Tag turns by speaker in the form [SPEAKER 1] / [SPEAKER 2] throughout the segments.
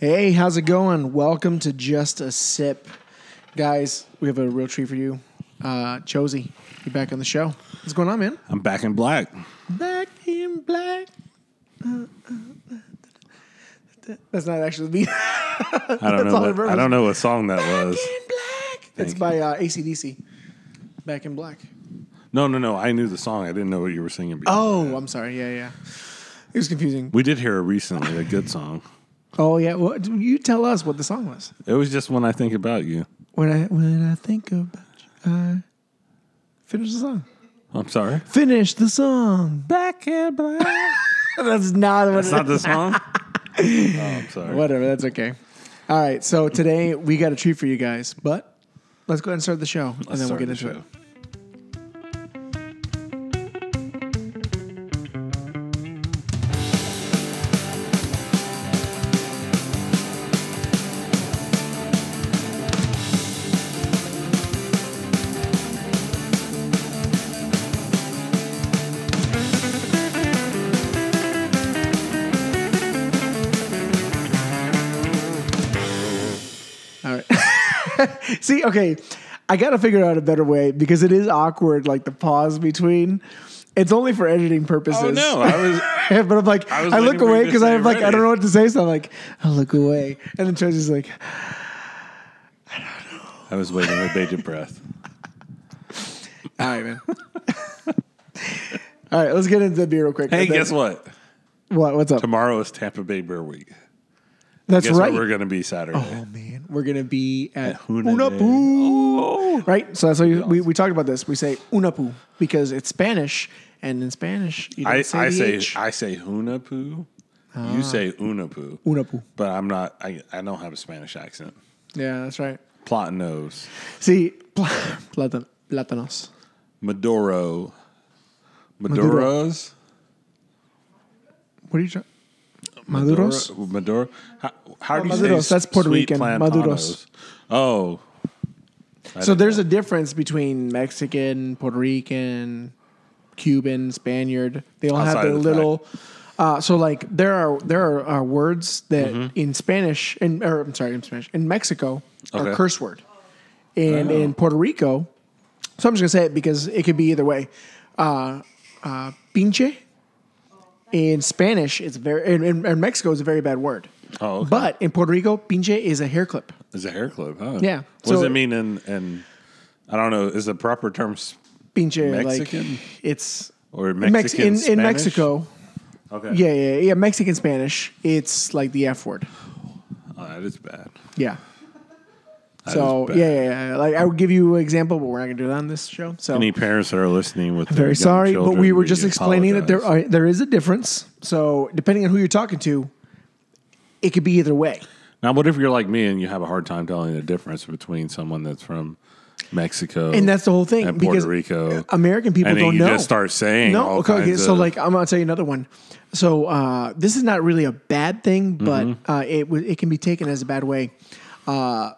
[SPEAKER 1] Hey, how's it going? Welcome to Just a Sip. Guys, we have a real treat for you. Uh, Josie, you're back on the show. What's going on, man?
[SPEAKER 2] I'm back in black.
[SPEAKER 1] Black in black. That's not actually the beat.
[SPEAKER 2] I
[SPEAKER 1] That's
[SPEAKER 2] don't know.
[SPEAKER 1] all I
[SPEAKER 2] What,
[SPEAKER 1] remember.
[SPEAKER 2] I don't know what song that was.
[SPEAKER 1] in black.
[SPEAKER 2] Thank
[SPEAKER 1] it's
[SPEAKER 2] you.
[SPEAKER 1] by uh, ACDC. Back in black.
[SPEAKER 2] No, no, no. I knew the song. I didn't know what you were singing. before.
[SPEAKER 1] Oh, I'm sorry. Yeah, yeah. It was confusing.
[SPEAKER 2] we did hear recently a good song.
[SPEAKER 1] Oh, yeah. Well, you tell us what the song was.
[SPEAKER 2] It was just when I think about you.
[SPEAKER 1] When I when I think about you, I finish the song.
[SPEAKER 2] I'm sorry.
[SPEAKER 1] Finish the song.
[SPEAKER 2] Back in black.
[SPEAKER 1] That's not what.
[SPEAKER 2] It's
[SPEAKER 1] it-
[SPEAKER 2] not the song. Oh, I'm sorry.
[SPEAKER 1] Whatever. That's okay. All right. So today we got a treat for you guys, but let's go ahead and start the show, and then we'll
[SPEAKER 2] Start
[SPEAKER 1] get
[SPEAKER 2] the
[SPEAKER 1] into
[SPEAKER 2] show.
[SPEAKER 1] it. All right. See, okay, I gotta figure out a better way because it is awkward, like the pause between. It's only for editing purposes.
[SPEAKER 2] Oh no! I was.
[SPEAKER 1] but I'm like, I,
[SPEAKER 2] was
[SPEAKER 1] look
[SPEAKER 2] waiting for you
[SPEAKER 1] away
[SPEAKER 2] to
[SPEAKER 1] because I'm
[SPEAKER 2] say
[SPEAKER 1] like, I
[SPEAKER 2] ready.
[SPEAKER 1] don't know what to say, so I'm like, I look away, and then Treasure's like,
[SPEAKER 2] I was waiting with bated breath.
[SPEAKER 1] all right, man. all right, let's get into the beer real quick.
[SPEAKER 2] Hey,
[SPEAKER 1] And then-
[SPEAKER 2] guess what?
[SPEAKER 1] what? What's up?
[SPEAKER 2] Tomorrow is Tampa Bay Beer Week.
[SPEAKER 1] That's
[SPEAKER 2] Guess
[SPEAKER 1] right.
[SPEAKER 2] what we're gonna be Saturday.
[SPEAKER 1] oh man, Oh. we're gonna be at
[SPEAKER 2] Huna Day. Oh.
[SPEAKER 1] Unapu. Right, so that's why you- we, we talked about this. We say Unapu because it's Spanish, and in Spanish, you don't
[SPEAKER 2] I,
[SPEAKER 1] say
[SPEAKER 2] I
[SPEAKER 1] the
[SPEAKER 2] say
[SPEAKER 1] H. Ah.
[SPEAKER 2] I say hunapu. You say unapu.
[SPEAKER 1] Unapu.
[SPEAKER 2] But I'm not. I, I don't have a Spanish accent.
[SPEAKER 1] Yeah, that's right.
[SPEAKER 2] Plot nose.
[SPEAKER 1] See, pl- platan- platanos.
[SPEAKER 2] Maduro.
[SPEAKER 1] Maduro.
[SPEAKER 2] Maduros.
[SPEAKER 1] What are you trying? Maduros?
[SPEAKER 2] Maduro. Maduro. How, how do you
[SPEAKER 1] Maduros,
[SPEAKER 2] say
[SPEAKER 1] that's Puerto
[SPEAKER 2] sweet
[SPEAKER 1] Rican. Maduros.
[SPEAKER 2] plantanos? Oh,
[SPEAKER 1] So there's a difference between Mexican, Puerto Rican, Cuban, Spaniard. They all have
[SPEAKER 2] Outside
[SPEAKER 1] their
[SPEAKER 2] of the
[SPEAKER 1] little. Uh, so like there are there are, are words that
[SPEAKER 2] Mm-hmm.
[SPEAKER 1] in Spanish and or I'm sorry in Spanish in Mexico are
[SPEAKER 2] Okay. Oh.
[SPEAKER 1] curse word, and in Puerto Rico, so I'm just gonna say it because it could be either way. Uh, uh, pinche in Spanish it's very in, in, in Mexico is a very bad word,
[SPEAKER 2] oh, okay.
[SPEAKER 1] but in Puerto Rico pinche is a hair clip.
[SPEAKER 2] it's a hair clip, huh?
[SPEAKER 1] Yeah.
[SPEAKER 2] What does
[SPEAKER 1] So-
[SPEAKER 2] it mean in, in, I don't know, is the proper term s-
[SPEAKER 1] Pinche
[SPEAKER 2] Mexican?
[SPEAKER 1] like it's
[SPEAKER 2] or
[SPEAKER 1] In Mex-
[SPEAKER 2] Mexican
[SPEAKER 1] in, in
[SPEAKER 2] Spanish?
[SPEAKER 1] Mexico.
[SPEAKER 2] Okay.
[SPEAKER 1] Yeah, yeah, yeah. Mexican Spanish. It's like the F word.
[SPEAKER 2] Oh, that is bad.
[SPEAKER 1] Yeah.
[SPEAKER 2] That
[SPEAKER 1] so
[SPEAKER 2] is bad.
[SPEAKER 1] yeah, yeah, yeah. Like I would give you an example, but we're not gonna do that on this show. So
[SPEAKER 2] Any parents that are listening with their
[SPEAKER 1] very
[SPEAKER 2] young
[SPEAKER 1] sorry, but we
[SPEAKER 2] children,
[SPEAKER 1] were just explaining that there
[SPEAKER 2] apologize.
[SPEAKER 1] are, there is a difference. So depending on who you're talking to, it could be either way.
[SPEAKER 2] Now, what if you're like me and you have a hard time telling the difference between someone that's from Mexico
[SPEAKER 1] And that's the whole thing,
[SPEAKER 2] and Puerto
[SPEAKER 1] because
[SPEAKER 2] Rico?
[SPEAKER 1] American people
[SPEAKER 2] and then
[SPEAKER 1] don't
[SPEAKER 2] you
[SPEAKER 1] know.
[SPEAKER 2] just start saying
[SPEAKER 1] No,
[SPEAKER 2] all
[SPEAKER 1] okay. okay,
[SPEAKER 2] kinds
[SPEAKER 1] so
[SPEAKER 2] of-
[SPEAKER 1] like, I'm gonna tell you another one. So uh, this is not really a bad thing,
[SPEAKER 2] Mm-hmm.
[SPEAKER 1] but uh, it w- it can be taken as a bad way. Uh,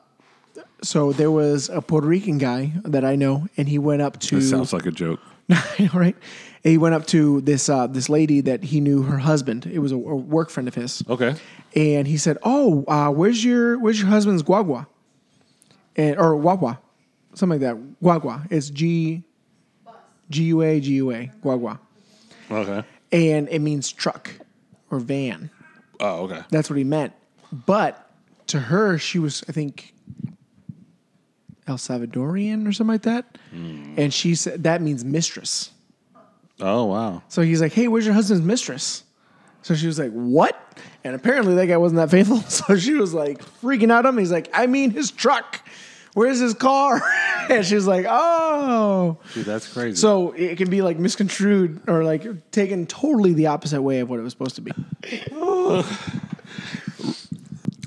[SPEAKER 1] so there was a Puerto Rican guy that I know, and he went up to
[SPEAKER 2] It sounds like a joke.
[SPEAKER 1] I know, right? And he went up to this uh, this lady that he knew her husband. It was a, a work friend of his.
[SPEAKER 2] Okay.
[SPEAKER 1] And he said, "Oh, uh, where's your where's your husband's guagua, and or wawa, something like that. Guagua. It's G, G U A G U A guagua,
[SPEAKER 2] Okay.
[SPEAKER 1] and it means truck or van.
[SPEAKER 2] Oh, okay.
[SPEAKER 1] That's what he meant. But to her, she was, I think, El Salvadorian or something like that, and she said that means mistress."
[SPEAKER 2] Oh, wow.
[SPEAKER 1] So he's like, "Hey, where's your husband's mistress?" So she was like, "What?" And apparently that guy wasn't that faithful. So she was like freaking out at him. He's like, "I mean his truck. Where's his car?" and she was like, "Oh."
[SPEAKER 2] Dude, that's crazy.
[SPEAKER 1] So it can be like misconstrued or like taken totally the opposite way of what it was supposed to be.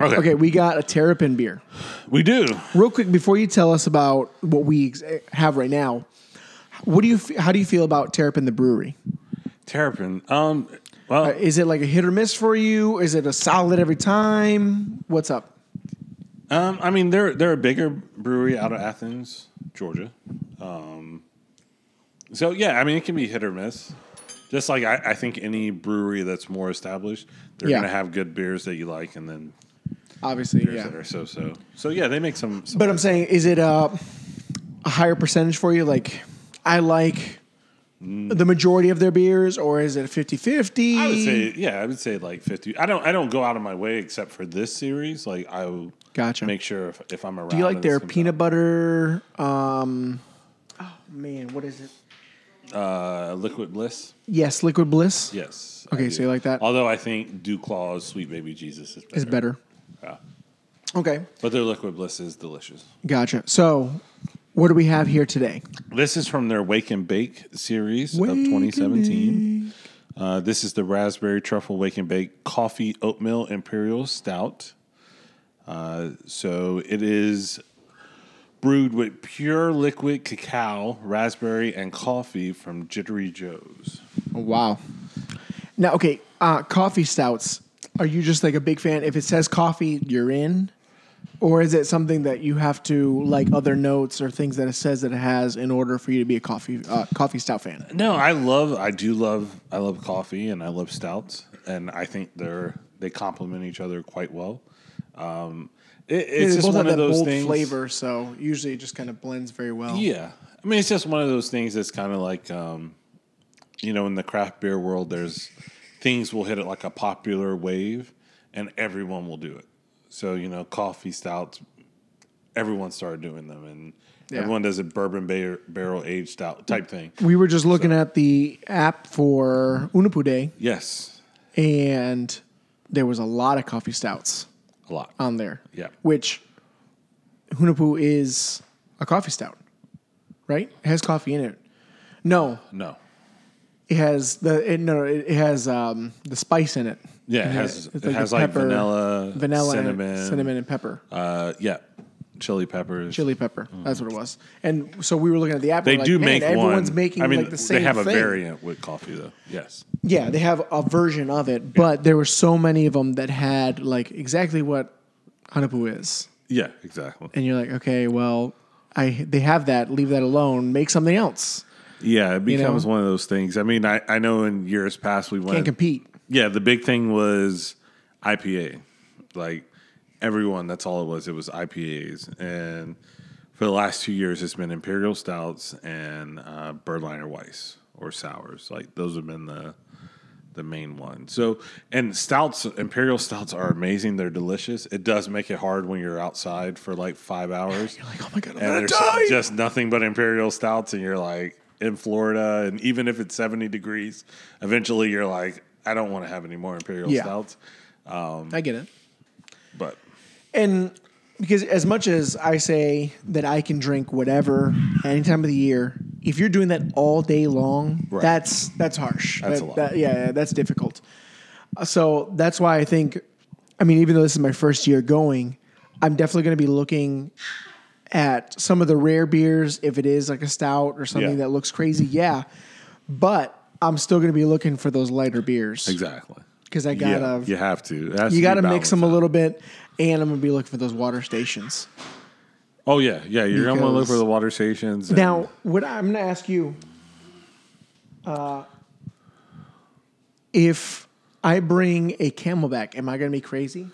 [SPEAKER 2] okay.
[SPEAKER 1] Okay, we got a terrapin beer.
[SPEAKER 2] We do.
[SPEAKER 1] Real quick before you tell us about what we ex- have right now, what do you f- how do you feel about Terrapin the brewery?
[SPEAKER 2] Terrapin. Um, well,
[SPEAKER 1] Is it like a hit or miss for you? Is it a solid every time? What's up?
[SPEAKER 2] um, I mean, they're, they're a bigger brewery out of Athens, Georgia. Um, so, yeah, I mean, it can be hit or miss. Just like I, I think any brewery that's more established, they're
[SPEAKER 1] Yeah.
[SPEAKER 2] going to have good beers that you like and then
[SPEAKER 1] obviously,
[SPEAKER 2] beers
[SPEAKER 1] yeah.
[SPEAKER 2] that are so so. So yeah, they make some. some
[SPEAKER 1] But I'm saying, is it uh, a higher percentage for you? Like, I like the majority of their beers, or is it 50 50?
[SPEAKER 2] Mm. I would say yeah, I would say like fifty. I don't I don't go out of my way except for this series. Like I will
[SPEAKER 1] Gotcha.
[SPEAKER 2] make sure if, if I'm around.
[SPEAKER 1] Do you like
[SPEAKER 2] and
[SPEAKER 1] their
[SPEAKER 2] it's gonna-
[SPEAKER 1] peanut butter? Um, oh, man, what is it?
[SPEAKER 2] uh, liquid bliss?
[SPEAKER 1] Yes, Liquid Bliss
[SPEAKER 2] Yes.
[SPEAKER 1] Okay,
[SPEAKER 2] I
[SPEAKER 1] so
[SPEAKER 2] do.
[SPEAKER 1] you like that.
[SPEAKER 2] Although I think Dew Claw's Sweet Baby Jesus is better.
[SPEAKER 1] is better.
[SPEAKER 2] Yeah.
[SPEAKER 1] Okay,
[SPEAKER 2] But their liquid bliss is delicious.
[SPEAKER 1] gotcha. So, what do we have here today?
[SPEAKER 2] This is from their Wake and Bake series
[SPEAKER 1] Wake
[SPEAKER 2] of
[SPEAKER 1] and
[SPEAKER 2] 2017. Uh, this is the Raspberry Truffle Wake and Bake Coffee Oatmeal Imperial Stout. Uh, so it is brewed with pure liquid cacao, raspberry, and coffee from Jittery Joe's.
[SPEAKER 1] Oh, wow. Now, okay, uh, coffee stouts. Are you just like a big fan? If it says coffee, you're in, or is it something that you have to like other notes or things that it says that it has in order for you to be a coffee uh, coffee stout fan?
[SPEAKER 2] No, I love, I do love, I love coffee and I love stouts, and I think they're they complement each other quite well. Um, it, it's
[SPEAKER 1] They
[SPEAKER 2] just
[SPEAKER 1] both have
[SPEAKER 2] one of
[SPEAKER 1] that
[SPEAKER 2] those
[SPEAKER 1] bold
[SPEAKER 2] things.
[SPEAKER 1] flavor, so usually it just kind of blends very well.
[SPEAKER 2] Yeah. I mean, it's just one of those things that's kind of like, um, you know, in the craft beer world, there's things will hit it like a popular wave and everyone will do it. So, you know, coffee stouts, everyone started doing them and
[SPEAKER 1] Yeah. Mm.
[SPEAKER 2] everyone does a bourbon bar- barrel aged stout type thing.
[SPEAKER 1] We were just looking at the app for Unapude,
[SPEAKER 2] Yes.
[SPEAKER 1] and there was a lot of coffee stouts
[SPEAKER 2] A lot.
[SPEAKER 1] on there.
[SPEAKER 2] Yeah.
[SPEAKER 1] Which Hunapu is a coffee stout, right? It has coffee in it. No,
[SPEAKER 2] no.
[SPEAKER 1] it has the it, no, it it has um, the spice in it.
[SPEAKER 2] Yeah. It has,
[SPEAKER 1] it's
[SPEAKER 2] it
[SPEAKER 1] like
[SPEAKER 2] has
[SPEAKER 1] the
[SPEAKER 2] like
[SPEAKER 1] pepper-
[SPEAKER 2] vanilla,
[SPEAKER 1] Vanilla, and-
[SPEAKER 2] cinnamon,
[SPEAKER 1] cinnamon, and pepper,
[SPEAKER 2] Uh, yeah. Chili peppers.
[SPEAKER 1] chili pepper. That's what it was. And so we were looking at the app.
[SPEAKER 2] They
[SPEAKER 1] and we're
[SPEAKER 2] do
[SPEAKER 1] like, "Man,
[SPEAKER 2] make
[SPEAKER 1] everyone's
[SPEAKER 2] one.
[SPEAKER 1] making
[SPEAKER 2] I mean,
[SPEAKER 1] like the same
[SPEAKER 2] they have
[SPEAKER 1] thing.
[SPEAKER 2] a variant with coffee though. Yes.
[SPEAKER 1] Yeah, they have a version of it, but there were so many of them that had like exactly what Hanapu is.
[SPEAKER 2] Yeah, exactly.
[SPEAKER 1] And you're like, okay, well, I they have that, leave that alone, make something else.
[SPEAKER 2] Yeah,
[SPEAKER 1] know?
[SPEAKER 2] it becomes one of those things. I mean, I, I know in years past we
[SPEAKER 1] Can't
[SPEAKER 2] went.
[SPEAKER 1] compete.
[SPEAKER 2] yeah, the big thing was IPA. Like everyone, that's all it was. It was IPAs, and for the last two years, it's been imperial stouts and uh, Birdliner Weiss or sours. Like those have been the the main one. So, and stouts, imperial stouts are amazing. They're delicious. It does make it hard when you're outside for like five hours.
[SPEAKER 1] Like, oh my god, I'm
[SPEAKER 2] and
[SPEAKER 1] gonna
[SPEAKER 2] there's
[SPEAKER 1] die.
[SPEAKER 2] just nothing but imperial stouts, and you're like in Florida, and even if it's 70 degrees, eventually you're like, I don't want to have any more imperial
[SPEAKER 1] Yeah.
[SPEAKER 2] stouts.
[SPEAKER 1] I get it.
[SPEAKER 2] But
[SPEAKER 1] And because as much as I say that I can drink whatever any time of the year, if you're doing that all day long,
[SPEAKER 2] Right.
[SPEAKER 1] that's that's harsh.
[SPEAKER 2] That's
[SPEAKER 1] That-
[SPEAKER 2] a lot.
[SPEAKER 1] that- yeah, yeah, that's difficult. Uh, So that's why I think, I mean, even though this is my first year going, I'm definitely going to be looking at some of the rare beers if it is like a stout or something
[SPEAKER 2] Yeah.
[SPEAKER 1] that looks crazy. Yeah, but I'm still going to be looking for those lighter beers
[SPEAKER 2] exactly,
[SPEAKER 1] because I
[SPEAKER 2] yeah,
[SPEAKER 1] gotta
[SPEAKER 2] you have to.
[SPEAKER 1] you got to mix them a little bit, and I'm gonna be looking for those water stations.
[SPEAKER 2] Oh yeah, yeah. You're gonna want to look
[SPEAKER 1] Because-
[SPEAKER 2] for the water stations. and-
[SPEAKER 1] Now, what I'm gonna ask you, uh, if I bring a Camelback, am I gonna be crazy?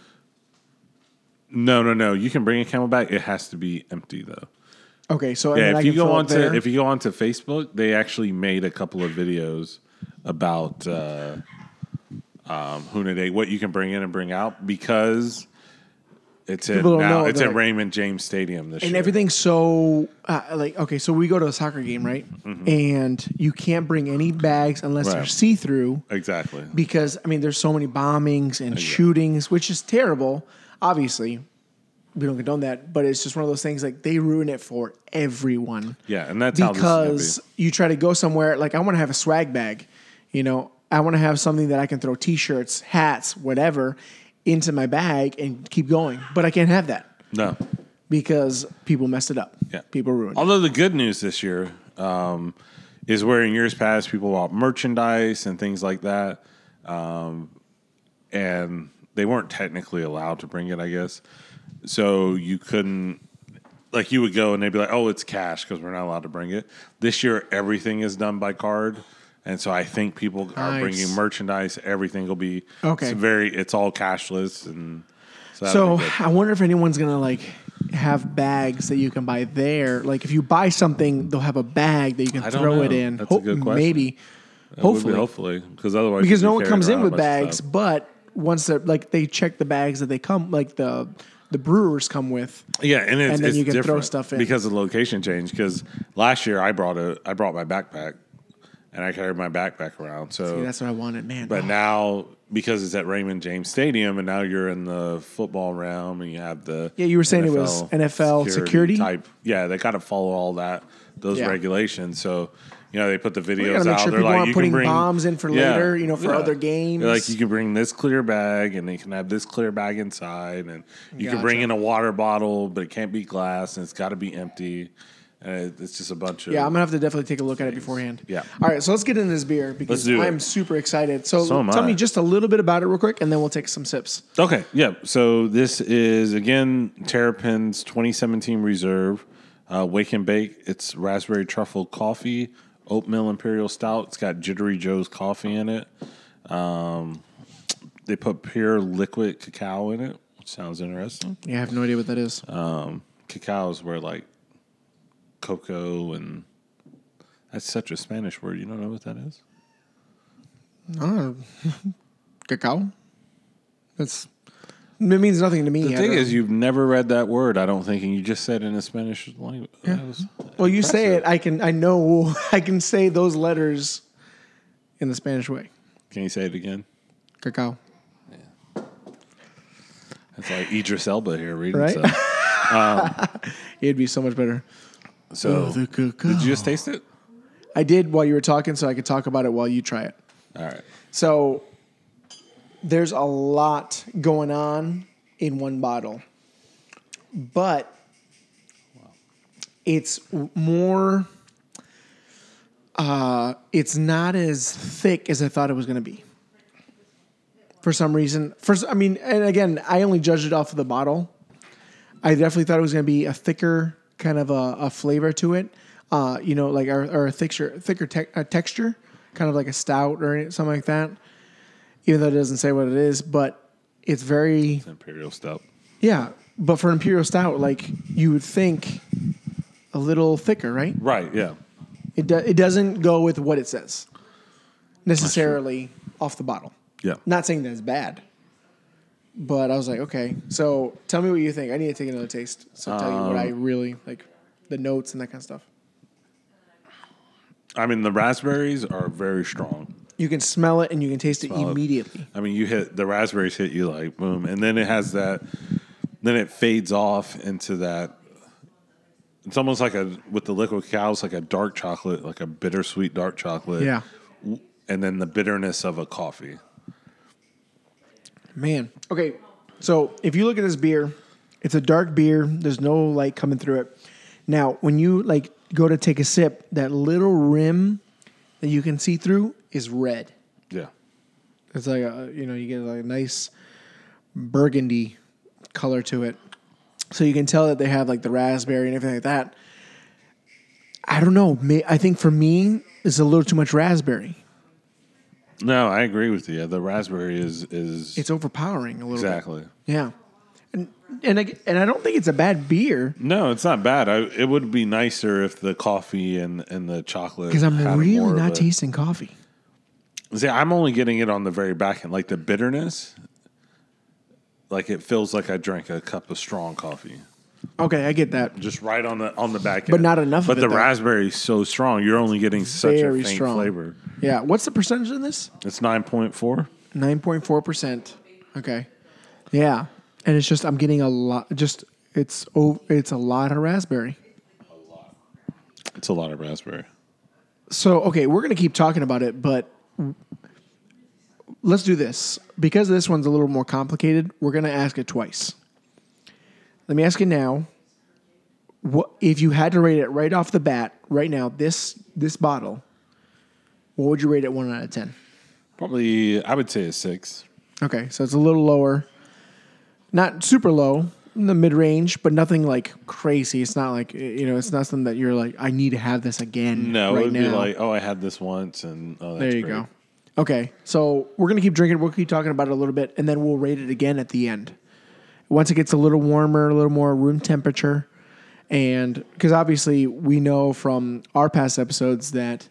[SPEAKER 2] no, no, no. You can bring a Camelback. It has to be empty though.
[SPEAKER 1] Okay, so and then
[SPEAKER 2] Yeah,
[SPEAKER 1] I
[SPEAKER 2] if you
[SPEAKER 1] can fill
[SPEAKER 2] go
[SPEAKER 1] up
[SPEAKER 2] on
[SPEAKER 1] there.
[SPEAKER 2] to if you go onto Facebook, they actually made a couple of videos about uh, um, Huna Day, what you can bring in and bring out because it's in
[SPEAKER 1] People don't
[SPEAKER 2] now
[SPEAKER 1] know,
[SPEAKER 2] it's
[SPEAKER 1] they're
[SPEAKER 2] at
[SPEAKER 1] like-
[SPEAKER 2] Raymond James Stadium this
[SPEAKER 1] and
[SPEAKER 2] year.
[SPEAKER 1] everything's so uh, like okay. So we go to a soccer game, right? And you can't bring any bags unless they're
[SPEAKER 2] Mm-hmm. Right.
[SPEAKER 1] see through.
[SPEAKER 2] exactly.
[SPEAKER 1] because I mean, there's so many bombings and shootings, which is terrible. Obviously, we don't condone that, but it's just one of those things like they ruin it for everyone.
[SPEAKER 2] Yeah, and that's how this is gonna
[SPEAKER 1] because you try to go somewhere like I want to have a swag bag, you know, I want to have something that I can throw t-shirts, hats, whatever into my bag and keep going, but I can't have that
[SPEAKER 2] be. no.
[SPEAKER 1] because people messed it up.
[SPEAKER 2] Yeah.
[SPEAKER 1] people ruined. it.
[SPEAKER 2] Although the good news this year um, is where in years past people bought merchandise and things like that, um, and they weren't technically allowed to bring it, I guess. So you couldn't, like, you would go and they'd be like, "Oh, it's cash because we're not allowed to bring it." This year, everything is done by card. And so I think people are
[SPEAKER 1] Nice.
[SPEAKER 2] bringing merchandise. Everything will be
[SPEAKER 1] Okay.
[SPEAKER 2] It's very. It's all cashless, and that'd
[SPEAKER 1] So
[SPEAKER 2] be good.
[SPEAKER 1] I wonder if anyone's gonna like have bags that you can buy there. Like if you buy something, they'll have a bag that you can
[SPEAKER 2] I don't
[SPEAKER 1] throw
[SPEAKER 2] know.
[SPEAKER 1] it in.
[SPEAKER 2] That's a good question.
[SPEAKER 1] Maybe,
[SPEAKER 2] That would be
[SPEAKER 1] hopefully,
[SPEAKER 2] hopefully, because otherwise,
[SPEAKER 1] because
[SPEAKER 2] you'd be
[SPEAKER 1] no one
[SPEAKER 2] carrying
[SPEAKER 1] comes in
[SPEAKER 2] around a
[SPEAKER 1] with
[SPEAKER 2] bunch of
[SPEAKER 1] bags.
[SPEAKER 2] stuff.
[SPEAKER 1] But once they're like they check the bags that they come, like the the brewers come with.
[SPEAKER 2] Yeah, and it's,
[SPEAKER 1] And then
[SPEAKER 2] it's
[SPEAKER 1] you can throw
[SPEAKER 2] different
[SPEAKER 1] stuff in.
[SPEAKER 2] because of the location change. Because last year I brought a I brought my backpack, and I carried my backpack around. So
[SPEAKER 1] Yeah, that's what I wanted, man.
[SPEAKER 2] But now, because it's at Raymond James Stadium, and now you're in the football realm, and you have the
[SPEAKER 1] Yeah, you were saying it was NFL security?
[SPEAKER 2] type. Yeah, they got to follow all that those
[SPEAKER 1] Yeah.
[SPEAKER 2] regulations. So you know they put the
[SPEAKER 1] We
[SPEAKER 2] videos
[SPEAKER 1] gotta make
[SPEAKER 2] out.
[SPEAKER 1] sure
[SPEAKER 2] They're
[SPEAKER 1] people
[SPEAKER 2] like,
[SPEAKER 1] aren't
[SPEAKER 2] you
[SPEAKER 1] putting
[SPEAKER 2] can bring
[SPEAKER 1] bombs in for
[SPEAKER 2] Yeah,
[SPEAKER 1] later, you know, for
[SPEAKER 2] yeah.
[SPEAKER 1] other
[SPEAKER 2] They're
[SPEAKER 1] games.
[SPEAKER 2] like you can bring this clear bag, and they can have this clear bag inside, and you can bring
[SPEAKER 1] Gotcha.
[SPEAKER 2] in a water bottle, but it can't be glass, and it's got to be empty. And it- it's just a bunch of
[SPEAKER 1] yeah, I'm gonna have to definitely take a look at it beforehand.
[SPEAKER 2] Yeah.
[SPEAKER 1] All right, so let's get into this beer because
[SPEAKER 2] do it.
[SPEAKER 1] I'm super excited. So,
[SPEAKER 2] So am
[SPEAKER 1] tell
[SPEAKER 2] I.
[SPEAKER 1] me just a little bit about it real quick, and then we'll take some sips.
[SPEAKER 2] Okay, yeah. So this is again Terrapin's 2017 Reserve uh, Wake and Bake. It's raspberry truffle coffee, oatmeal imperial stout. It's got Jittery Joe's coffee in it. Um, they put pure liquid cacao in it, which sounds interesting.
[SPEAKER 1] Yeah, I have no idea what that is.
[SPEAKER 2] Cacao is where like cocoa and that's such a Spanish word. You don't know what that is?
[SPEAKER 1] Oh, cacao. That's it means nothing to me.
[SPEAKER 2] The
[SPEAKER 1] I
[SPEAKER 2] thing
[SPEAKER 1] don't-
[SPEAKER 2] is, you've never read that word. I don't think, and you just said in a Spanish language.
[SPEAKER 1] well, you say it. I can. I know. I can say those letters in the Spanish way.
[SPEAKER 2] Can you say it again?
[SPEAKER 1] Cacao.
[SPEAKER 2] It's like Idris Elba here reading
[SPEAKER 1] Right?
[SPEAKER 2] stuff.
[SPEAKER 1] It'd be so much better.
[SPEAKER 2] So,
[SPEAKER 1] Oh, the cacao.
[SPEAKER 2] did you just taste it?
[SPEAKER 1] I did while you were talking, so I could talk about it while you try it.
[SPEAKER 2] All right.
[SPEAKER 1] So there's a lot going on in one bottle, but it's w- more. Uh, it's not as thick as I thought it was going to be. For some reason, first I mean, and again, I only judged it off of the bottle. I definitely thought it was going to be a thicker kind of a, a flavor to it. Uh, you know, like or, or a thicker, thicker tec- uh texture, kind of like a stout or any- something like that. Even though it doesn't say what it is, but it's very
[SPEAKER 2] Imperial stout.
[SPEAKER 1] yeah. But for imperial stout, like you would think, a little thicker, right?
[SPEAKER 2] Right. Yeah.
[SPEAKER 1] It do- it doesn't go with what it says necessarily off the bottle.
[SPEAKER 2] Yeah.
[SPEAKER 1] Not saying that it's bad, but I was like, okay. So tell me what you think. I need to take another taste. So tell you what I really like, the notes and that kind of stuff.
[SPEAKER 2] I mean, the raspberries are very strong.
[SPEAKER 1] You can smell it and you can taste it immediately.
[SPEAKER 2] I mean, you hit the raspberries hit you like boom, and then it has that. Then it fades off into that. It's almost like a with the liquid cacao, it's like a dark chocolate, like a bittersweet dark chocolate.
[SPEAKER 1] Yeah.
[SPEAKER 2] And then the bitterness of a coffee.
[SPEAKER 1] Man. Okay. So if you look at this beer, it's a dark beer. There's no light coming through it. Now, when you like go to take a sip, that little rim that you can see through is red.
[SPEAKER 2] Yeah.
[SPEAKER 1] It's like a you know you get like a nice burgundy color to it, so you can tell that they have like the raspberry and everything like that. I don't know. May- I think for me, it's a little too much raspberry.
[SPEAKER 2] No, I agree with you. The raspberry is is
[SPEAKER 1] It's overpowering a little
[SPEAKER 2] exactly.
[SPEAKER 1] bit. Yeah, and and I, and I don't think it's a bad beer
[SPEAKER 2] No, it's not bad. I, it would be nicer if the coffee and, and the chocolate.
[SPEAKER 1] because I'm
[SPEAKER 2] had more
[SPEAKER 1] really
[SPEAKER 2] of
[SPEAKER 1] not
[SPEAKER 2] a-
[SPEAKER 1] tasting coffee.
[SPEAKER 2] See, I'm only getting it on the very back end, like the bitterness. Like it feels like I drank a cup of strong coffee,
[SPEAKER 1] Okay, I get that.
[SPEAKER 2] just right on the on the back end,
[SPEAKER 1] But not enough of
[SPEAKER 2] But
[SPEAKER 1] it,
[SPEAKER 2] the
[SPEAKER 1] though.
[SPEAKER 2] raspberry is so strong. You're only getting such
[SPEAKER 1] Very
[SPEAKER 2] a faint
[SPEAKER 1] strong.
[SPEAKER 2] flavor.
[SPEAKER 1] Yeah, what's the percentage in this?
[SPEAKER 2] It's nine point four.
[SPEAKER 1] Nine point four percent. Okay. Yeah, and it's just I'm getting a lot. Just it's oh, it's a lot of raspberry.
[SPEAKER 2] It's a lot of raspberry.
[SPEAKER 1] So okay, we're gonna keep talking about it, but let's do this because this one's a little more complicated. We're gonna ask it twice. Let me ask you now. What if you had to rate it right off the bat, right now? This this bottle. What would you rate it one out of ten?
[SPEAKER 2] Probably, I would say a six.
[SPEAKER 1] Okay, so it's a little lower. Not super low, in the mid range, but nothing like crazy. It's not like you know, it's not something that you're like, I need to have this again.
[SPEAKER 2] No,
[SPEAKER 1] right
[SPEAKER 2] it would
[SPEAKER 1] now.
[SPEAKER 2] be like, oh, I had this once, and oh, that's
[SPEAKER 1] there you
[SPEAKER 2] great.
[SPEAKER 1] go. Okay, so we're gonna keep drinking. We'll keep talking about it a little bit, and then we'll rate it again at the end. once it gets a little warmer, a little more room temperature, and because obviously we know from our past episodes that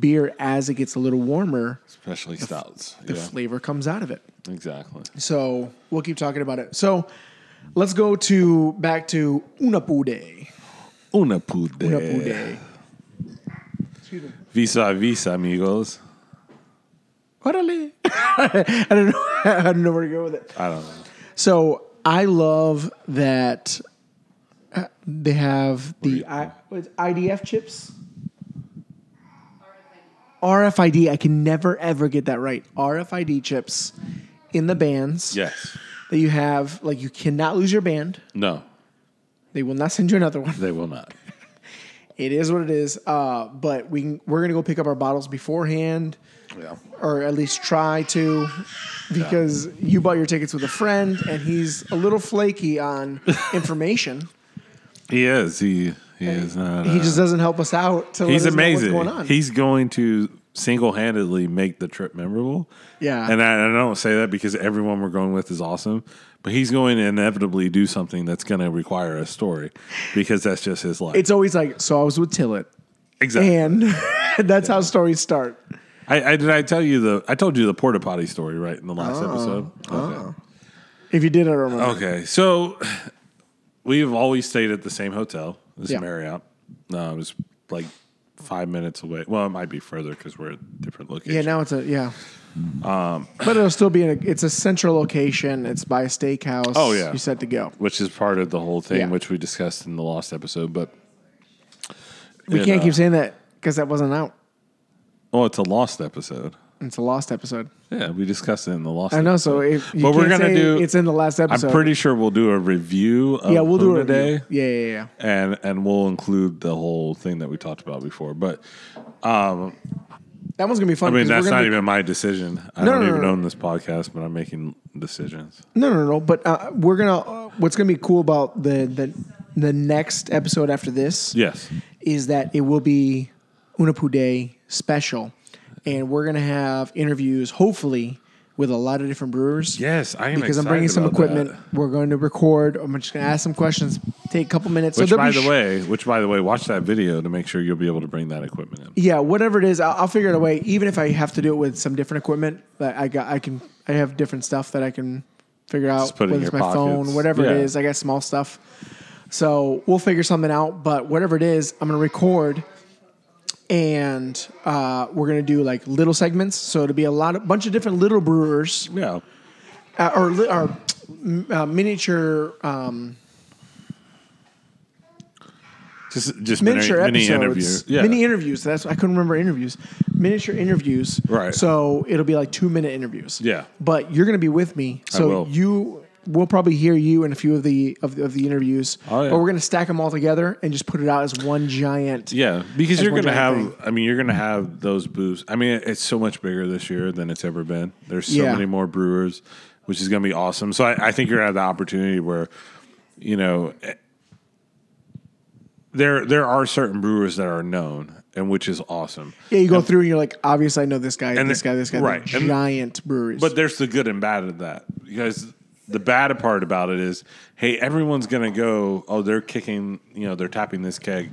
[SPEAKER 1] beer, as it gets a little warmer,
[SPEAKER 2] especially stouts.
[SPEAKER 1] the
[SPEAKER 2] yeah,
[SPEAKER 1] flavor comes out of it.
[SPEAKER 2] exactly.
[SPEAKER 1] So we'll keep talking about it. So let's go to back to Unapude.
[SPEAKER 2] Una pude.
[SPEAKER 1] Unapude. Excuse me.
[SPEAKER 2] Visa a visa, amigos.
[SPEAKER 1] Orale. I don't know. I don't know where to go with it.
[SPEAKER 2] I don't know.
[SPEAKER 1] So I love that uh, they have the I, what's IDF chips. RFID. I can never ever get that right. RFID chips in the bands
[SPEAKER 2] Yes.
[SPEAKER 1] that you have. Like you cannot lose your band.
[SPEAKER 2] No,
[SPEAKER 1] They will not send you another one.
[SPEAKER 2] they will not.
[SPEAKER 1] It is what it is. Uh, but we can, we're gonna go pick up our bottles beforehand.
[SPEAKER 2] Yeah.
[SPEAKER 1] or at least try to, because you bought your tickets with a friend and he's a little flaky on information.
[SPEAKER 2] He is. He he is not.
[SPEAKER 1] he
[SPEAKER 2] uh,
[SPEAKER 1] just doesn't help us out. To
[SPEAKER 2] he's
[SPEAKER 1] let us
[SPEAKER 2] amazing.
[SPEAKER 1] Know what's going on?
[SPEAKER 2] He's going to single handedly make the trip memorable.
[SPEAKER 1] Yeah.
[SPEAKER 2] And I, I don't say that because everyone we're going with is awesome, but he's going to inevitably do something that's going to require a story because that's just his life.
[SPEAKER 1] it's always like so. I was with Tillett,
[SPEAKER 2] exactly.
[SPEAKER 1] and that's how stories start.
[SPEAKER 2] I, I did. I tell you the. I told you the porta potty story right in the last
[SPEAKER 1] Oh,
[SPEAKER 2] episode. Okay.
[SPEAKER 1] If you did, I remember.
[SPEAKER 2] Okay, so we've always stayed at the same hotel, this
[SPEAKER 1] Yeah.
[SPEAKER 2] Marriott. No, it was like five minutes away. Well, it might be further because we're at different
[SPEAKER 1] Yeah,
[SPEAKER 2] locations.
[SPEAKER 1] now it's a yeah.
[SPEAKER 2] Um,
[SPEAKER 1] but it'll still be in a. It's a central location. It's by a steakhouse.
[SPEAKER 2] Oh, yeah.
[SPEAKER 1] you said to go.
[SPEAKER 2] which is part of the whole thing,
[SPEAKER 1] Yeah.
[SPEAKER 2] which we discussed in the last episode. But
[SPEAKER 1] We
[SPEAKER 2] And,
[SPEAKER 1] can't
[SPEAKER 2] uh,
[SPEAKER 1] keep saying that because that wasn't out.
[SPEAKER 2] oh, it's a lost episode.
[SPEAKER 1] It's a lost episode.
[SPEAKER 2] Yeah, we discussed it in the lost.
[SPEAKER 1] I know. So if you
[SPEAKER 2] But we're
[SPEAKER 1] can't
[SPEAKER 2] gonna
[SPEAKER 1] say
[SPEAKER 2] do-
[SPEAKER 1] it's in the last
[SPEAKER 2] I'm
[SPEAKER 1] episode.
[SPEAKER 2] pretty sure we'll do a review. Of
[SPEAKER 1] Yeah, we'll do
[SPEAKER 2] Huna
[SPEAKER 1] it
[SPEAKER 2] Day.
[SPEAKER 1] today. Yeah, yeah, yeah.
[SPEAKER 2] and and we'll include the whole thing that we talked about before. But
[SPEAKER 1] That one's gonna be fun.
[SPEAKER 2] I mean,
[SPEAKER 1] 'cause we're
[SPEAKER 2] that's
[SPEAKER 1] gonna
[SPEAKER 2] not
[SPEAKER 1] be-
[SPEAKER 2] even my decision. I
[SPEAKER 1] No,
[SPEAKER 2] don't
[SPEAKER 1] no,
[SPEAKER 2] even
[SPEAKER 1] no, no.
[SPEAKER 2] own this podcast, but I'm making decisions.
[SPEAKER 1] No, no, no. But uh, we're gonna. Uh, what's gonna be cool about the the the next episode after this
[SPEAKER 2] Yes,
[SPEAKER 1] is that it will be Unapude special, and we're gonna have interviews, hopefully, with a lot of different brewers.
[SPEAKER 2] yes, I am
[SPEAKER 1] Because I'm
[SPEAKER 2] excited
[SPEAKER 1] bringing some
[SPEAKER 2] about
[SPEAKER 1] equipment,
[SPEAKER 2] that.
[SPEAKER 1] we're going to record. I'm just going to ask some questions, take a couple minutes.
[SPEAKER 2] Which,
[SPEAKER 1] there'll
[SPEAKER 2] by
[SPEAKER 1] be
[SPEAKER 2] the
[SPEAKER 1] sh-
[SPEAKER 2] way, which by the way, watch that video to make sure you'll be able to bring that equipment in.
[SPEAKER 1] yeah, whatever it is, I'll, I'll figure it a way. Even if I have to do it with some different equipment, that I got, I can, I have different stuff that I can figure out.
[SPEAKER 2] put it in
[SPEAKER 1] whether it's my
[SPEAKER 2] your
[SPEAKER 1] phone,
[SPEAKER 2] pockets.
[SPEAKER 1] whatever it
[SPEAKER 2] Yeah.
[SPEAKER 1] is, I got small stuff. So we'll figure something out. But whatever it is, I'm gonna record, and uh, we're gonna do like little segments. So it'll be a lot, of bunch of different little brewers
[SPEAKER 2] Yeah,
[SPEAKER 1] uh, or li- or mm, uh, miniature. Um,
[SPEAKER 2] just just
[SPEAKER 1] miniature
[SPEAKER 2] mini, mini interview.
[SPEAKER 1] episodes,
[SPEAKER 2] Yeah,
[SPEAKER 1] mini interviews. That's I couldn't remember interviews. Miniature interviews.
[SPEAKER 2] Right.
[SPEAKER 1] So it'll be like two minute interviews.
[SPEAKER 2] Yeah.
[SPEAKER 1] But you're gonna be with me, so
[SPEAKER 2] will.
[SPEAKER 1] you will probably hear you in a few of the of, the- of the interviews.
[SPEAKER 2] Oh, yeah.
[SPEAKER 1] But we're gonna stack them all together and just put it out as one giant.
[SPEAKER 2] yeah, because you're
[SPEAKER 1] one
[SPEAKER 2] gonna have.
[SPEAKER 1] giant
[SPEAKER 2] I mean, you're gonna have those booths. I mean, it's so much bigger this year than it's ever been. There's so
[SPEAKER 1] Yeah.
[SPEAKER 2] many more brewers, which is gonna be awesome. So I, I think you're gonna have the opportunity where, you know, eh, there there are certain brewers that are known, and which is awesome.
[SPEAKER 1] Yeah. You go through and you're like, obviously, I know this guy,
[SPEAKER 2] And
[SPEAKER 1] this
[SPEAKER 2] the-
[SPEAKER 1] guy, this guy.
[SPEAKER 2] right.
[SPEAKER 1] They're
[SPEAKER 2] And-
[SPEAKER 1] Giant breweries.
[SPEAKER 2] But there's the good and bad of that because the bad part about it is, hey, everyone's gonna go. Oh, they're kicking. You know, they're tapping this keg.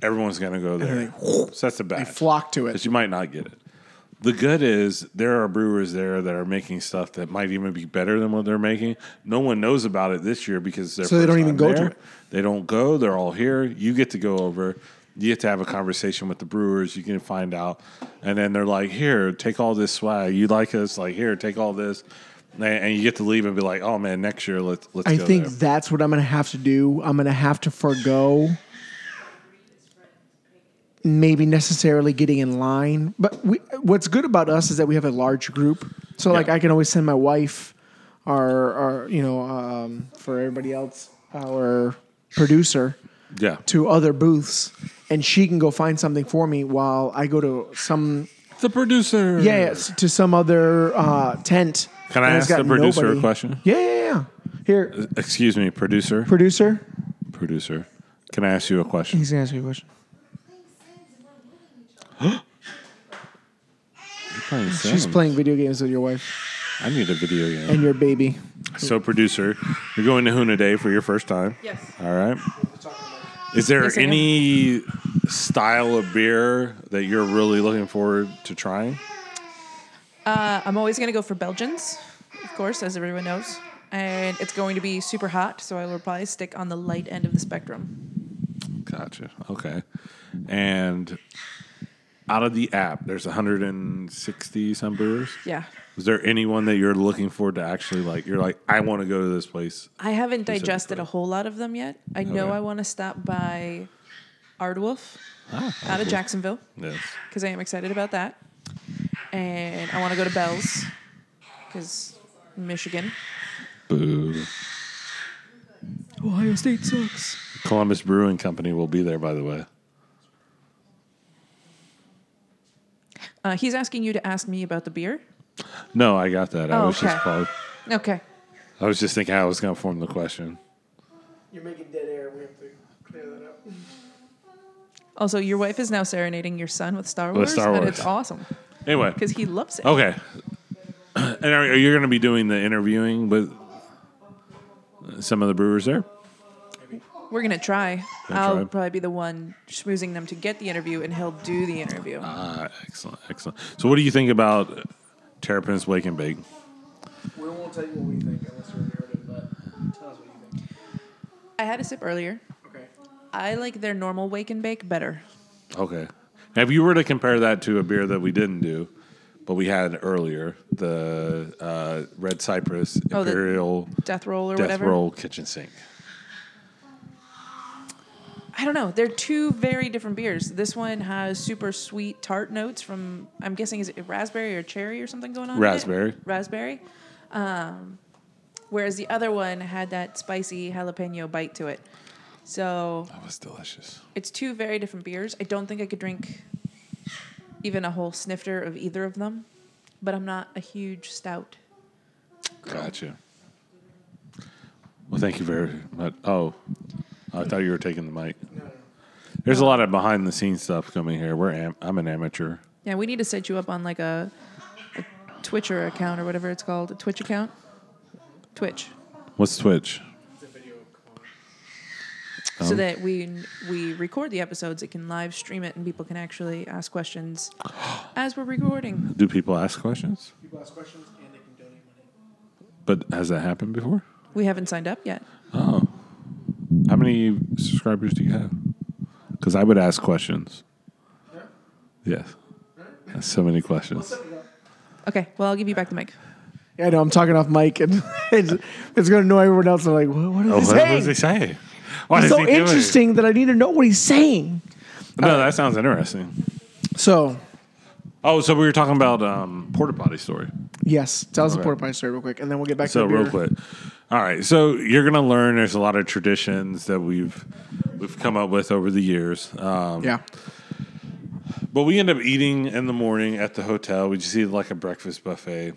[SPEAKER 2] Everyone's gonna go there. so that's the bad.
[SPEAKER 1] they flock to
[SPEAKER 2] But
[SPEAKER 1] it.
[SPEAKER 2] you might not get it. The good is there are brewers there that are making stuff that might even be better than what they're making. No one knows about it this year because they're
[SPEAKER 1] So they don't even go to it.
[SPEAKER 2] They don't go. They're all here. You get to go over. You get to have a conversation with the brewers. You can find out, and then they're like, "Here, take all this swag. You like us? Like here, take all this." And- And you get to leave and be like, "Oh man, next year let's let's."
[SPEAKER 1] I
[SPEAKER 2] go
[SPEAKER 1] think
[SPEAKER 2] there."
[SPEAKER 1] that's what I'm gonna have to do. I'm gonna have to forego maybe necessarily getting in line. But we, what's good about us is that we have a large group, so like
[SPEAKER 2] Yeah.
[SPEAKER 1] I can always send my wife, our, our you know, um, for everybody else, our producer
[SPEAKER 2] yeah,
[SPEAKER 1] to other booths, and she can go find something for me while I go to some
[SPEAKER 2] the producer.
[SPEAKER 1] yeah, yeah, s- to some other uh, tent.
[SPEAKER 2] Hmm. Can I
[SPEAKER 1] and it's
[SPEAKER 2] ask the
[SPEAKER 1] got
[SPEAKER 2] producer
[SPEAKER 1] nobody.
[SPEAKER 2] a question?
[SPEAKER 1] Yeah, yeah, yeah. Here,
[SPEAKER 2] Excuse me, producer.
[SPEAKER 1] producer.
[SPEAKER 2] producer. Can I ask you a question?
[SPEAKER 1] He's gonna ask you a question.
[SPEAKER 2] Playing
[SPEAKER 1] She's
[SPEAKER 2] Sims.
[SPEAKER 1] playing video games with your wife.
[SPEAKER 2] I need a video game.
[SPEAKER 1] and your baby.
[SPEAKER 2] So, producer, you're going to Huna Day for your first time.
[SPEAKER 3] Yes.
[SPEAKER 2] All right. Is there
[SPEAKER 3] Yes, I am.
[SPEAKER 2] any style of beer that you're really looking forward to trying?
[SPEAKER 3] Uh, I'm always going to go for Belgians, of course, as everyone knows. And it's going to be super hot, so I will probably stick on the light end of the spectrum.
[SPEAKER 2] Gotcha. Okay. And out of the app, there's 160 some brewers.
[SPEAKER 3] Yeah.
[SPEAKER 2] Is there anyone that you're looking forward to actually like? You're like, I want to go to this place.
[SPEAKER 3] I haven't
[SPEAKER 2] These are the
[SPEAKER 3] digested a
[SPEAKER 2] three.
[SPEAKER 3] whole lot of them yet. I know
[SPEAKER 2] Okay.
[SPEAKER 3] I want to stop by Ardwolf
[SPEAKER 2] Ah,
[SPEAKER 3] out of Jacksonville
[SPEAKER 2] Yes.
[SPEAKER 3] because I am excited about that. And I want to go to Bell's because Michigan.
[SPEAKER 2] Boo.
[SPEAKER 3] Ohio State sucks.
[SPEAKER 2] Columbus Brewing Company will be there, by the way.
[SPEAKER 3] Uh, he's asking you to ask me about the beer.
[SPEAKER 2] No, I got that. I
[SPEAKER 3] Oh,
[SPEAKER 2] was just
[SPEAKER 3] okay.
[SPEAKER 2] probably,
[SPEAKER 3] Okay.
[SPEAKER 2] I was just thinking I was gonna form the question.
[SPEAKER 1] You're making dead air. We have to clear that up.
[SPEAKER 3] Also, your wife is now serenading your son with Star Wars,
[SPEAKER 2] With Star
[SPEAKER 3] and
[SPEAKER 2] Wars.
[SPEAKER 3] it's awesome
[SPEAKER 2] Anyway,
[SPEAKER 3] because he loves it.
[SPEAKER 2] okay. And are, are you going to be doing the interviewing with some of the brewers there?
[SPEAKER 3] We're gonna try.
[SPEAKER 2] Gonna
[SPEAKER 3] I'll
[SPEAKER 2] try.
[SPEAKER 3] probably be the one schmoozing them to get the interview, and he'll do the interview.
[SPEAKER 2] Ah, excellent, excellent. So, what do you think about Terrapin's Wake and Bake?
[SPEAKER 1] We won't tell you what we think unless we heard it, but tell us what you think.
[SPEAKER 3] I had a sip earlier.
[SPEAKER 1] Okay.
[SPEAKER 3] I like their normal wake and bake better.
[SPEAKER 2] Okay. Now, if you were to compare that to a beer that we didn't do, but we had earlier, the uh, Red Cypress
[SPEAKER 3] Oh, the
[SPEAKER 2] Imperial
[SPEAKER 3] Death roll or
[SPEAKER 2] Death
[SPEAKER 3] whatever.
[SPEAKER 2] Roll Kitchen Sink.
[SPEAKER 3] I don't know. They're two very different beers. This one has super sweet tart notes from I'm guessing is it raspberry or cherry or something going on. in it?
[SPEAKER 2] Raspberry.
[SPEAKER 3] Raspberry. Um, whereas the other one had that spicy jalapeno bite to it. So
[SPEAKER 2] That was delicious.
[SPEAKER 3] It's two very different beers. I don't think I could drink even a whole snifter of either of them, but I'm not a huge stout.
[SPEAKER 2] Gotcha. Well, thank you very much. Oh, I thought you were taking the mic. There's a lot of behind the scenes stuff coming here. We're am- I'm an amateur.
[SPEAKER 3] Yeah, we need to set you up on like a, a Twitcher account or whatever it's called, a Twitch account. Twitch,
[SPEAKER 2] What's Twitch?
[SPEAKER 3] so that we we record the episodes, it can live stream it, and people can actually ask questions as we're recording.
[SPEAKER 2] Do people ask questions?
[SPEAKER 1] People ask questions and they can donate money.
[SPEAKER 2] But has that happened before?
[SPEAKER 3] We haven't signed up yet.
[SPEAKER 2] Oh. How many subscribers do you have? Because I would ask questions. Yes. That's so many questions.
[SPEAKER 3] Okay, well I'll give you back the mic.
[SPEAKER 1] Yeah, I know. I'm talking off mic, and it's, it's going to annoy everyone else. They're like, what, what is
[SPEAKER 2] Oh,
[SPEAKER 1] he
[SPEAKER 2] what
[SPEAKER 1] saying?
[SPEAKER 2] was he saying? What
[SPEAKER 1] It's
[SPEAKER 2] is
[SPEAKER 1] so
[SPEAKER 2] he doing?
[SPEAKER 1] interesting that I need to know what he's saying.
[SPEAKER 2] No, that sounds interesting.
[SPEAKER 1] So,
[SPEAKER 2] Oh, so we were talking about um, porta potty story.
[SPEAKER 1] yes, tell us the
[SPEAKER 2] Okay.
[SPEAKER 1] porta potty story real quick, and then we'll get back
[SPEAKER 2] So
[SPEAKER 1] to the beer.
[SPEAKER 2] real quick. All right. So you're gonna learn there's a lot of traditions that we've we've come up with over the years. Um,
[SPEAKER 1] Yeah.
[SPEAKER 2] but we end up eating in the morning at the hotel. We just eat like a breakfast buffet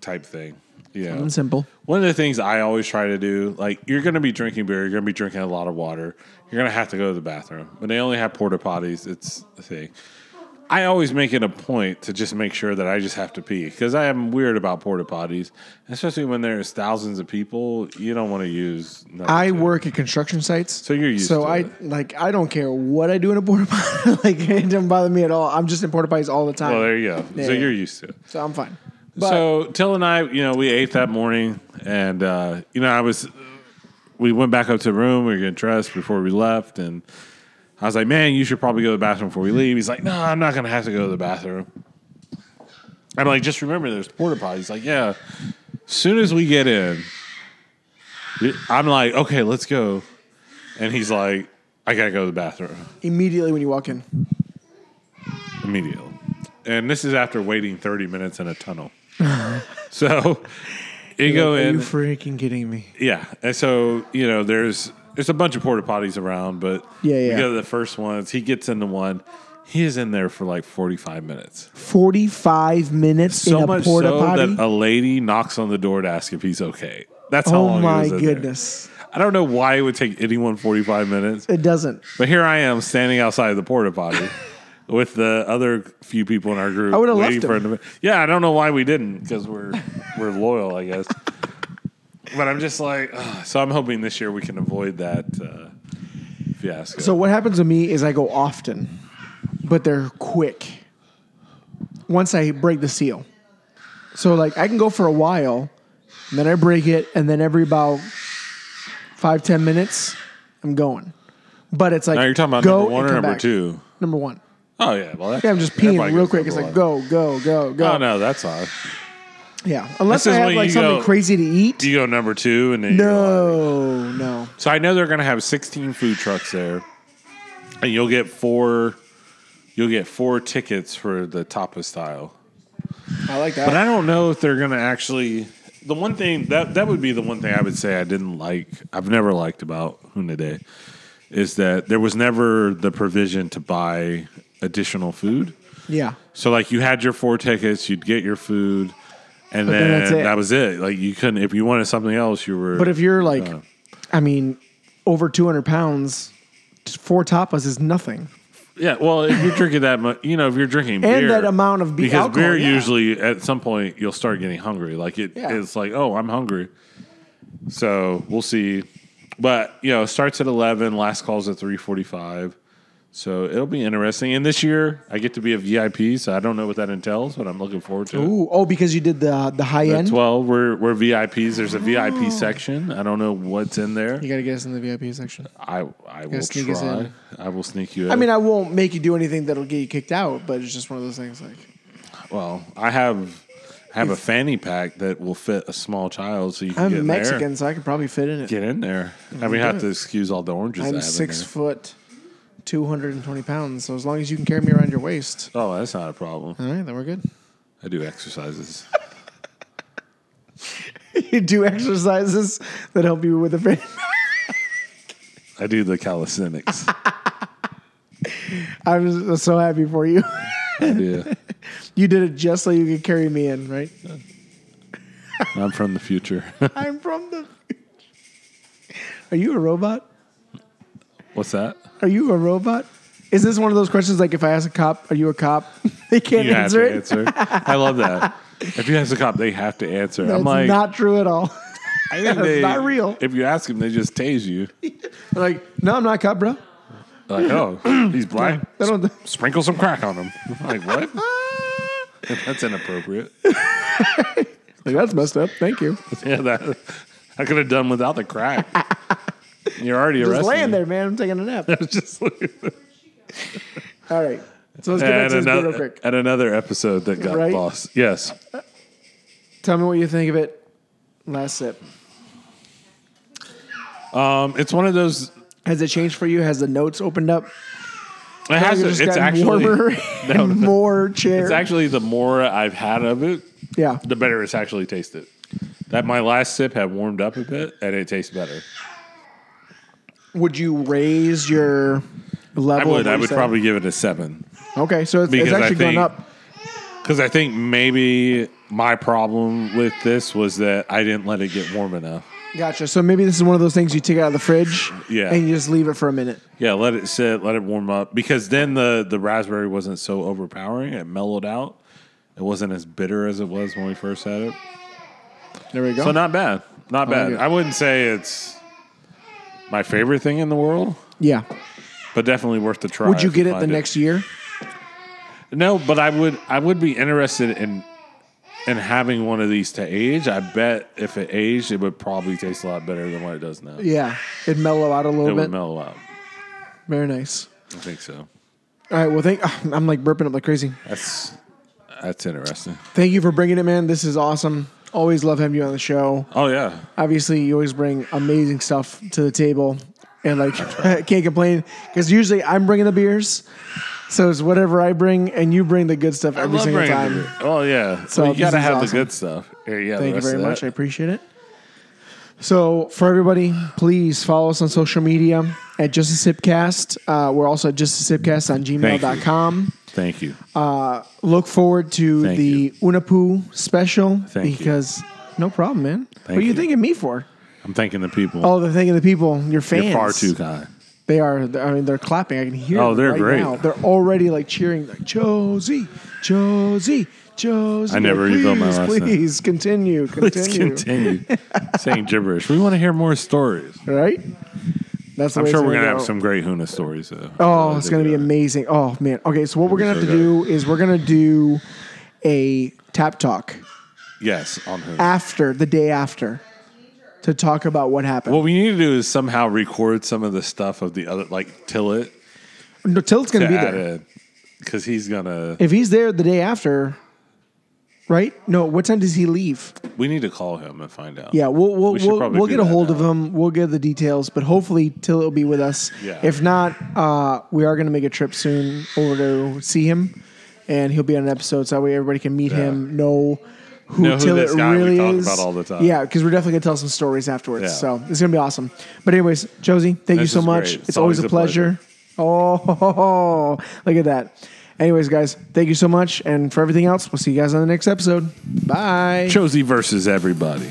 [SPEAKER 2] type thing. Yeah.
[SPEAKER 1] And simple.
[SPEAKER 2] One of the things I always try to do, like you're going to be drinking beer, you're going to be drinking a lot of water, you're going to have to go to the bathroom. When they only have porta potties, it's a thing. I always make it a point to just make sure that I just have to pee because I am weird about porta potties, especially when there's thousands of people. You don't want to use. nothing
[SPEAKER 1] I
[SPEAKER 2] to-
[SPEAKER 1] work at construction sites,
[SPEAKER 2] So you're used
[SPEAKER 1] so
[SPEAKER 2] to
[SPEAKER 1] I
[SPEAKER 2] it.
[SPEAKER 1] like I don't care what I do in a porta potty. like it doesn't bother me at all. I'm just in porta potties all the time,
[SPEAKER 2] Well, there you go.
[SPEAKER 1] Yeah,
[SPEAKER 2] so
[SPEAKER 1] yeah.
[SPEAKER 2] you're used to it.
[SPEAKER 1] so I'm fine. But
[SPEAKER 2] so Till and I, you know, we ate that morning, and uh, you know, I was, we went back up to the room. We were getting dressed before we left, and I was like, "Man, you should probably go to the bathroom before we leave." He's like, "No, I'm not gonna have to go to the bathroom." I'm like, "Just remember, there's porta potties." He's like, "Yeah." Soon as we get in, we- I'm like, "Okay, let's go," and he's like, "I gotta go to the bathroom."
[SPEAKER 1] immediately when you walk in,
[SPEAKER 2] immediately. And this is after waiting 30 minutes in a tunnel. so you go
[SPEAKER 1] Are you
[SPEAKER 2] in.
[SPEAKER 1] freaking kidding me?
[SPEAKER 2] yeah. And so, you know, there's there's a bunch of porta potties around, but
[SPEAKER 1] Yeah,
[SPEAKER 2] we
[SPEAKER 1] yeah.
[SPEAKER 2] go to the first ones. He gets into one. He is in there for like 45 minutes.
[SPEAKER 1] Forty five minutes
[SPEAKER 2] So
[SPEAKER 1] in a
[SPEAKER 2] much
[SPEAKER 1] porta
[SPEAKER 2] so
[SPEAKER 1] potty.
[SPEAKER 2] that a lady knocks on the door to ask if he's okay. That's how
[SPEAKER 1] oh
[SPEAKER 2] long he
[SPEAKER 1] my
[SPEAKER 2] was in there.
[SPEAKER 1] goodness!
[SPEAKER 2] I don't know why it would take anyone 45 minutes.
[SPEAKER 1] It doesn't.
[SPEAKER 2] But here I am standing outside the porta potty with the other few people in our group.
[SPEAKER 1] I would've
[SPEAKER 2] waiting
[SPEAKER 1] left
[SPEAKER 2] for
[SPEAKER 1] him.
[SPEAKER 2] him to- Yeah, I don't know why we didn't because we're we're loyal, I guess. But I'm just like, ugh. so I'm hoping this year we can avoid that uh, fiasco.
[SPEAKER 1] So what happens to me is I go often, but they're quick. Once I break the seal, so like I can go for a while, and then I break it, and then every about five ten minutes, I'm going. But it's like
[SPEAKER 2] now you're talking about
[SPEAKER 1] go
[SPEAKER 2] number one
[SPEAKER 1] and
[SPEAKER 2] or
[SPEAKER 1] come
[SPEAKER 2] number
[SPEAKER 1] back.
[SPEAKER 2] two?
[SPEAKER 1] Number one.
[SPEAKER 2] Oh yeah, well that's
[SPEAKER 1] Yeah, I'm just
[SPEAKER 2] everybody
[SPEAKER 1] peeing real
[SPEAKER 2] goes
[SPEAKER 1] quick. It's
[SPEAKER 2] number
[SPEAKER 1] like
[SPEAKER 2] one.
[SPEAKER 1] go go go go.
[SPEAKER 2] Oh no, that's odd.
[SPEAKER 1] Yeah, unless I
[SPEAKER 2] This is
[SPEAKER 1] have
[SPEAKER 2] when
[SPEAKER 1] like
[SPEAKER 2] you
[SPEAKER 1] something
[SPEAKER 2] go-
[SPEAKER 1] crazy to eat.
[SPEAKER 2] Do you go number two and then you go-
[SPEAKER 1] No, no.
[SPEAKER 2] So I know they're going to have 16 food trucks there, and you'll get four. You'll get four tickets for the tapas style.
[SPEAKER 1] I like
[SPEAKER 2] But
[SPEAKER 1] that.
[SPEAKER 2] I don't know if they're going to actually. The one thing that that would be the one thing I would say I didn't like. I've never liked about Huna Day is that there was never the provision to buy additional food.
[SPEAKER 1] yeah,
[SPEAKER 2] So like you had your four tickets, you'd get your food, and
[SPEAKER 1] But
[SPEAKER 2] then,
[SPEAKER 1] then that's it.
[SPEAKER 2] that was it. Like you couldn't if you wanted something else, you were.
[SPEAKER 1] but if you're like,
[SPEAKER 2] Uh,
[SPEAKER 1] I mean, over 200 pounds, four tapas is nothing.
[SPEAKER 2] Yeah, well, if you're drinking that much, you know, if you're drinking
[SPEAKER 1] And
[SPEAKER 2] beer,
[SPEAKER 1] that amount of be-
[SPEAKER 2] because
[SPEAKER 1] alcohol,
[SPEAKER 2] beer
[SPEAKER 1] yeah.
[SPEAKER 2] usually at some point you'll start getting hungry. Like it,
[SPEAKER 1] Yeah.
[SPEAKER 2] it's like, oh, I'm hungry. So we'll see, but you know, it starts at eleven. Last calls at three forty-five. So it'll be interesting. And this year, I get to be a VIP, so I don't know what that entails, but I'm looking forward to it.
[SPEAKER 1] Ooh, oh, because you did the the high
[SPEAKER 2] At
[SPEAKER 1] end.
[SPEAKER 2] twelve, we're we're VIPs. There's a
[SPEAKER 1] Oh.
[SPEAKER 2] VIP section. I don't know what's in there.
[SPEAKER 1] You gotta get us in the VIP section.
[SPEAKER 2] I I will
[SPEAKER 1] sneak us
[SPEAKER 2] try.
[SPEAKER 1] in.
[SPEAKER 2] I will sneak you. In.
[SPEAKER 1] I mean, I won't make you do anything that'll get you kicked out, but it's just one of those things. Like,
[SPEAKER 2] Well, I have I have a fanny pack that will fit a small child, so you can
[SPEAKER 1] I'm
[SPEAKER 2] get in
[SPEAKER 1] Mexican,
[SPEAKER 2] there.
[SPEAKER 1] so I could probably fit in it.
[SPEAKER 2] Get in there. I mean, I have to excuse all the oranges. I
[SPEAKER 1] I'm
[SPEAKER 2] have
[SPEAKER 1] six
[SPEAKER 2] In
[SPEAKER 1] foot, 220 pounds. So as long as you can carry me around your waist,
[SPEAKER 2] there. Oh, that's not a problem.
[SPEAKER 1] all right, then we're good.
[SPEAKER 2] I do exercises.
[SPEAKER 1] you do exercises that help you with the fit.
[SPEAKER 2] I do the calisthenics.
[SPEAKER 1] I'm so happy for you.
[SPEAKER 2] I do.
[SPEAKER 1] You did it just so you could carry me in, right?
[SPEAKER 2] I'm from the future.
[SPEAKER 1] I'm from the. Are you a robot?
[SPEAKER 2] What's that?
[SPEAKER 1] Are you a robot? Is this one of those questions like if I ask a cop, are you a cop? They can't
[SPEAKER 2] You have
[SPEAKER 1] answer
[SPEAKER 2] to
[SPEAKER 1] it.
[SPEAKER 2] answer. I love that. If you ask a cop, they have to answer.
[SPEAKER 1] That's
[SPEAKER 2] I'm like,
[SPEAKER 1] not true at all.
[SPEAKER 2] I think
[SPEAKER 1] that's
[SPEAKER 2] they-
[SPEAKER 1] not real.
[SPEAKER 2] If you ask them, they just tase you.
[SPEAKER 1] They're like, no, I'm not a cop, bro.
[SPEAKER 2] Like, oh, he's black.
[SPEAKER 1] They don't.
[SPEAKER 2] Sprinkle some crack on him. I'm like, what? That's inappropriate.
[SPEAKER 1] Ah. Like, That's messed up. Thank you.
[SPEAKER 2] Yeah, that I could have done without the crack. You're already
[SPEAKER 1] Just
[SPEAKER 2] arrested.
[SPEAKER 1] laying there, man. I'm taking a nap.
[SPEAKER 2] Just at,
[SPEAKER 1] All right. So let's get back to this beer real
[SPEAKER 2] another,
[SPEAKER 1] quick.
[SPEAKER 2] at another episode that got
[SPEAKER 1] Right?
[SPEAKER 2] lost. Yes.
[SPEAKER 1] Tell me what you think of it. Last sip.
[SPEAKER 2] Um, it's one of those.
[SPEAKER 1] Has it changed for you? Has the notes opened up?
[SPEAKER 2] It
[SPEAKER 1] Has
[SPEAKER 2] has,
[SPEAKER 1] it just
[SPEAKER 2] it's
[SPEAKER 1] gotten
[SPEAKER 2] actually
[SPEAKER 1] warmer
[SPEAKER 2] No,
[SPEAKER 1] and
[SPEAKER 2] no.
[SPEAKER 1] more chair.
[SPEAKER 2] It's actually the more I've had of it,
[SPEAKER 1] yeah.
[SPEAKER 2] the better it's actually tasted. That my last sip had warmed up a bit and it tastes better.
[SPEAKER 1] Would you raise your level?
[SPEAKER 2] I
[SPEAKER 1] of
[SPEAKER 2] would.
[SPEAKER 1] what
[SPEAKER 2] I
[SPEAKER 1] you
[SPEAKER 2] would
[SPEAKER 1] said?
[SPEAKER 2] probably give it a seven.
[SPEAKER 1] Okay, so it's, it's
[SPEAKER 2] Because I
[SPEAKER 1] actually going
[SPEAKER 2] think-
[SPEAKER 1] up.
[SPEAKER 2] Because I think maybe my problem with this was that I didn't let it get warm enough.
[SPEAKER 1] Gotcha. So maybe this is one of those things you take out of the fridge,
[SPEAKER 2] Yeah.
[SPEAKER 1] and you just leave it for a minute.
[SPEAKER 2] Yeah, let it sit, let it warm up because then the the raspberry wasn't so overpowering. It mellowed out. It wasn't as bitter as it was when we first had it.
[SPEAKER 1] There we go.
[SPEAKER 2] So not bad, not
[SPEAKER 1] like
[SPEAKER 2] bad.
[SPEAKER 1] it.
[SPEAKER 2] I wouldn't say it's my favorite thing in the world,
[SPEAKER 1] yeah.
[SPEAKER 2] but definitely worth the try.
[SPEAKER 1] Would you
[SPEAKER 2] if you
[SPEAKER 1] get it the
[SPEAKER 2] find
[SPEAKER 1] next year?
[SPEAKER 2] No, but I would. I would be interested in in having one of these to age. I bet if it aged, it would probably taste a lot better than what it does now.
[SPEAKER 1] Yeah, it'd mellow out a
[SPEAKER 2] it
[SPEAKER 1] little
[SPEAKER 2] would
[SPEAKER 1] bit.
[SPEAKER 2] mellow out.
[SPEAKER 1] Very nice.
[SPEAKER 2] I think so.
[SPEAKER 1] All right. Well, thank. I'm like burping up like crazy.
[SPEAKER 2] That's that's interesting.
[SPEAKER 1] Thank you for bringing it, man. This is awesome. Always love having you on the show.
[SPEAKER 2] Oh yeah.
[SPEAKER 1] Obviously, you always bring amazing stuff to the table, and like can't complain because usually I'm bringing the beers, so it's whatever I bring, and you bring the good stuff every
[SPEAKER 2] love
[SPEAKER 1] single
[SPEAKER 2] bringing
[SPEAKER 1] time.
[SPEAKER 2] the- Oh yeah,
[SPEAKER 1] So
[SPEAKER 2] so you
[SPEAKER 1] this
[SPEAKER 2] gotta
[SPEAKER 1] is
[SPEAKER 2] have
[SPEAKER 1] awesome.
[SPEAKER 2] the good stuff. Here, yeah, the
[SPEAKER 1] Thank you
[SPEAKER 2] rest
[SPEAKER 1] very
[SPEAKER 2] of that.
[SPEAKER 1] much. I appreciate it. So, for everybody, please follow us on social media at Just a Sipcast. Uh, we're also at Just a Sipcast on gmail.com.
[SPEAKER 2] Thank you.
[SPEAKER 1] Uh, Look forward to
[SPEAKER 2] Thank
[SPEAKER 1] the
[SPEAKER 2] you.
[SPEAKER 1] Unapu special
[SPEAKER 2] Thank you.
[SPEAKER 1] because no problem, man. what
[SPEAKER 2] Thank
[SPEAKER 1] are you,
[SPEAKER 2] you.
[SPEAKER 1] thanking me for?
[SPEAKER 2] I'm thanking the people.
[SPEAKER 1] Oh, the thing of the people, your fans.
[SPEAKER 2] You're far too kind.
[SPEAKER 1] They are. I mean, they're clapping. I can hear.
[SPEAKER 2] Oh,
[SPEAKER 1] them
[SPEAKER 2] they're
[SPEAKER 1] right
[SPEAKER 2] great.
[SPEAKER 1] Now. They're already like cheering, like Josie, Josie, Joe's.
[SPEAKER 2] I never
[SPEAKER 1] please,
[SPEAKER 2] refilled my last
[SPEAKER 1] Please
[SPEAKER 2] name.
[SPEAKER 1] continue,
[SPEAKER 2] Let's
[SPEAKER 1] continue.
[SPEAKER 2] continue saying gibberish. We want to hear more stories.
[SPEAKER 1] Right? That's the
[SPEAKER 2] I'm
[SPEAKER 1] way
[SPEAKER 2] sure
[SPEAKER 1] it's
[SPEAKER 2] we're gonna have
[SPEAKER 1] go.
[SPEAKER 2] some great Huna stories. Though.
[SPEAKER 1] Oh,
[SPEAKER 2] Uh,
[SPEAKER 1] it's gonna be
[SPEAKER 2] yeah.
[SPEAKER 1] amazing. Oh man. Okay, so what we're gonna
[SPEAKER 2] so
[SPEAKER 1] have to do is we're gonna do a tap talk
[SPEAKER 2] Yes, on Huna.
[SPEAKER 1] after the day after to talk about what happened.
[SPEAKER 2] What we need to do is somehow record some of the stuff of the other, like Tillett,
[SPEAKER 1] no, Tilt's
[SPEAKER 2] to
[SPEAKER 1] gonna be
[SPEAKER 2] add
[SPEAKER 1] there.
[SPEAKER 2] in, because he's gonna.
[SPEAKER 1] If he's there the day after, right? No, what time does he leave?
[SPEAKER 2] We need to call him and find out.
[SPEAKER 1] Yeah, we'll we'll
[SPEAKER 2] We should
[SPEAKER 1] we will
[SPEAKER 2] probably
[SPEAKER 1] we'll
[SPEAKER 2] do
[SPEAKER 1] get a
[SPEAKER 2] that
[SPEAKER 1] hold of
[SPEAKER 2] now.
[SPEAKER 1] him. We'll get the details, but hopefully Till will be with us.
[SPEAKER 2] Yeah.
[SPEAKER 1] If not, uh, we are going to make a trip soon over to see him, and he'll be on an episode so that way everybody can meet him, know who
[SPEAKER 2] Know who
[SPEAKER 1] Till
[SPEAKER 2] this guy we
[SPEAKER 1] really
[SPEAKER 2] talk
[SPEAKER 1] is.
[SPEAKER 2] about all the time.
[SPEAKER 1] Yeah, because we're definitely going to tell some stories afterwards.
[SPEAKER 2] Yeah.
[SPEAKER 1] So it's going to be awesome. But anyways, Josie, thank you
[SPEAKER 2] This
[SPEAKER 1] so
[SPEAKER 2] is
[SPEAKER 1] much.
[SPEAKER 2] great.
[SPEAKER 1] It's, always, a pleasure. Oh, look at that. Anyways, guys, thank you so much, and for everything else, we'll see you guys on the next episode. Bye.
[SPEAKER 2] Josie versus everybody.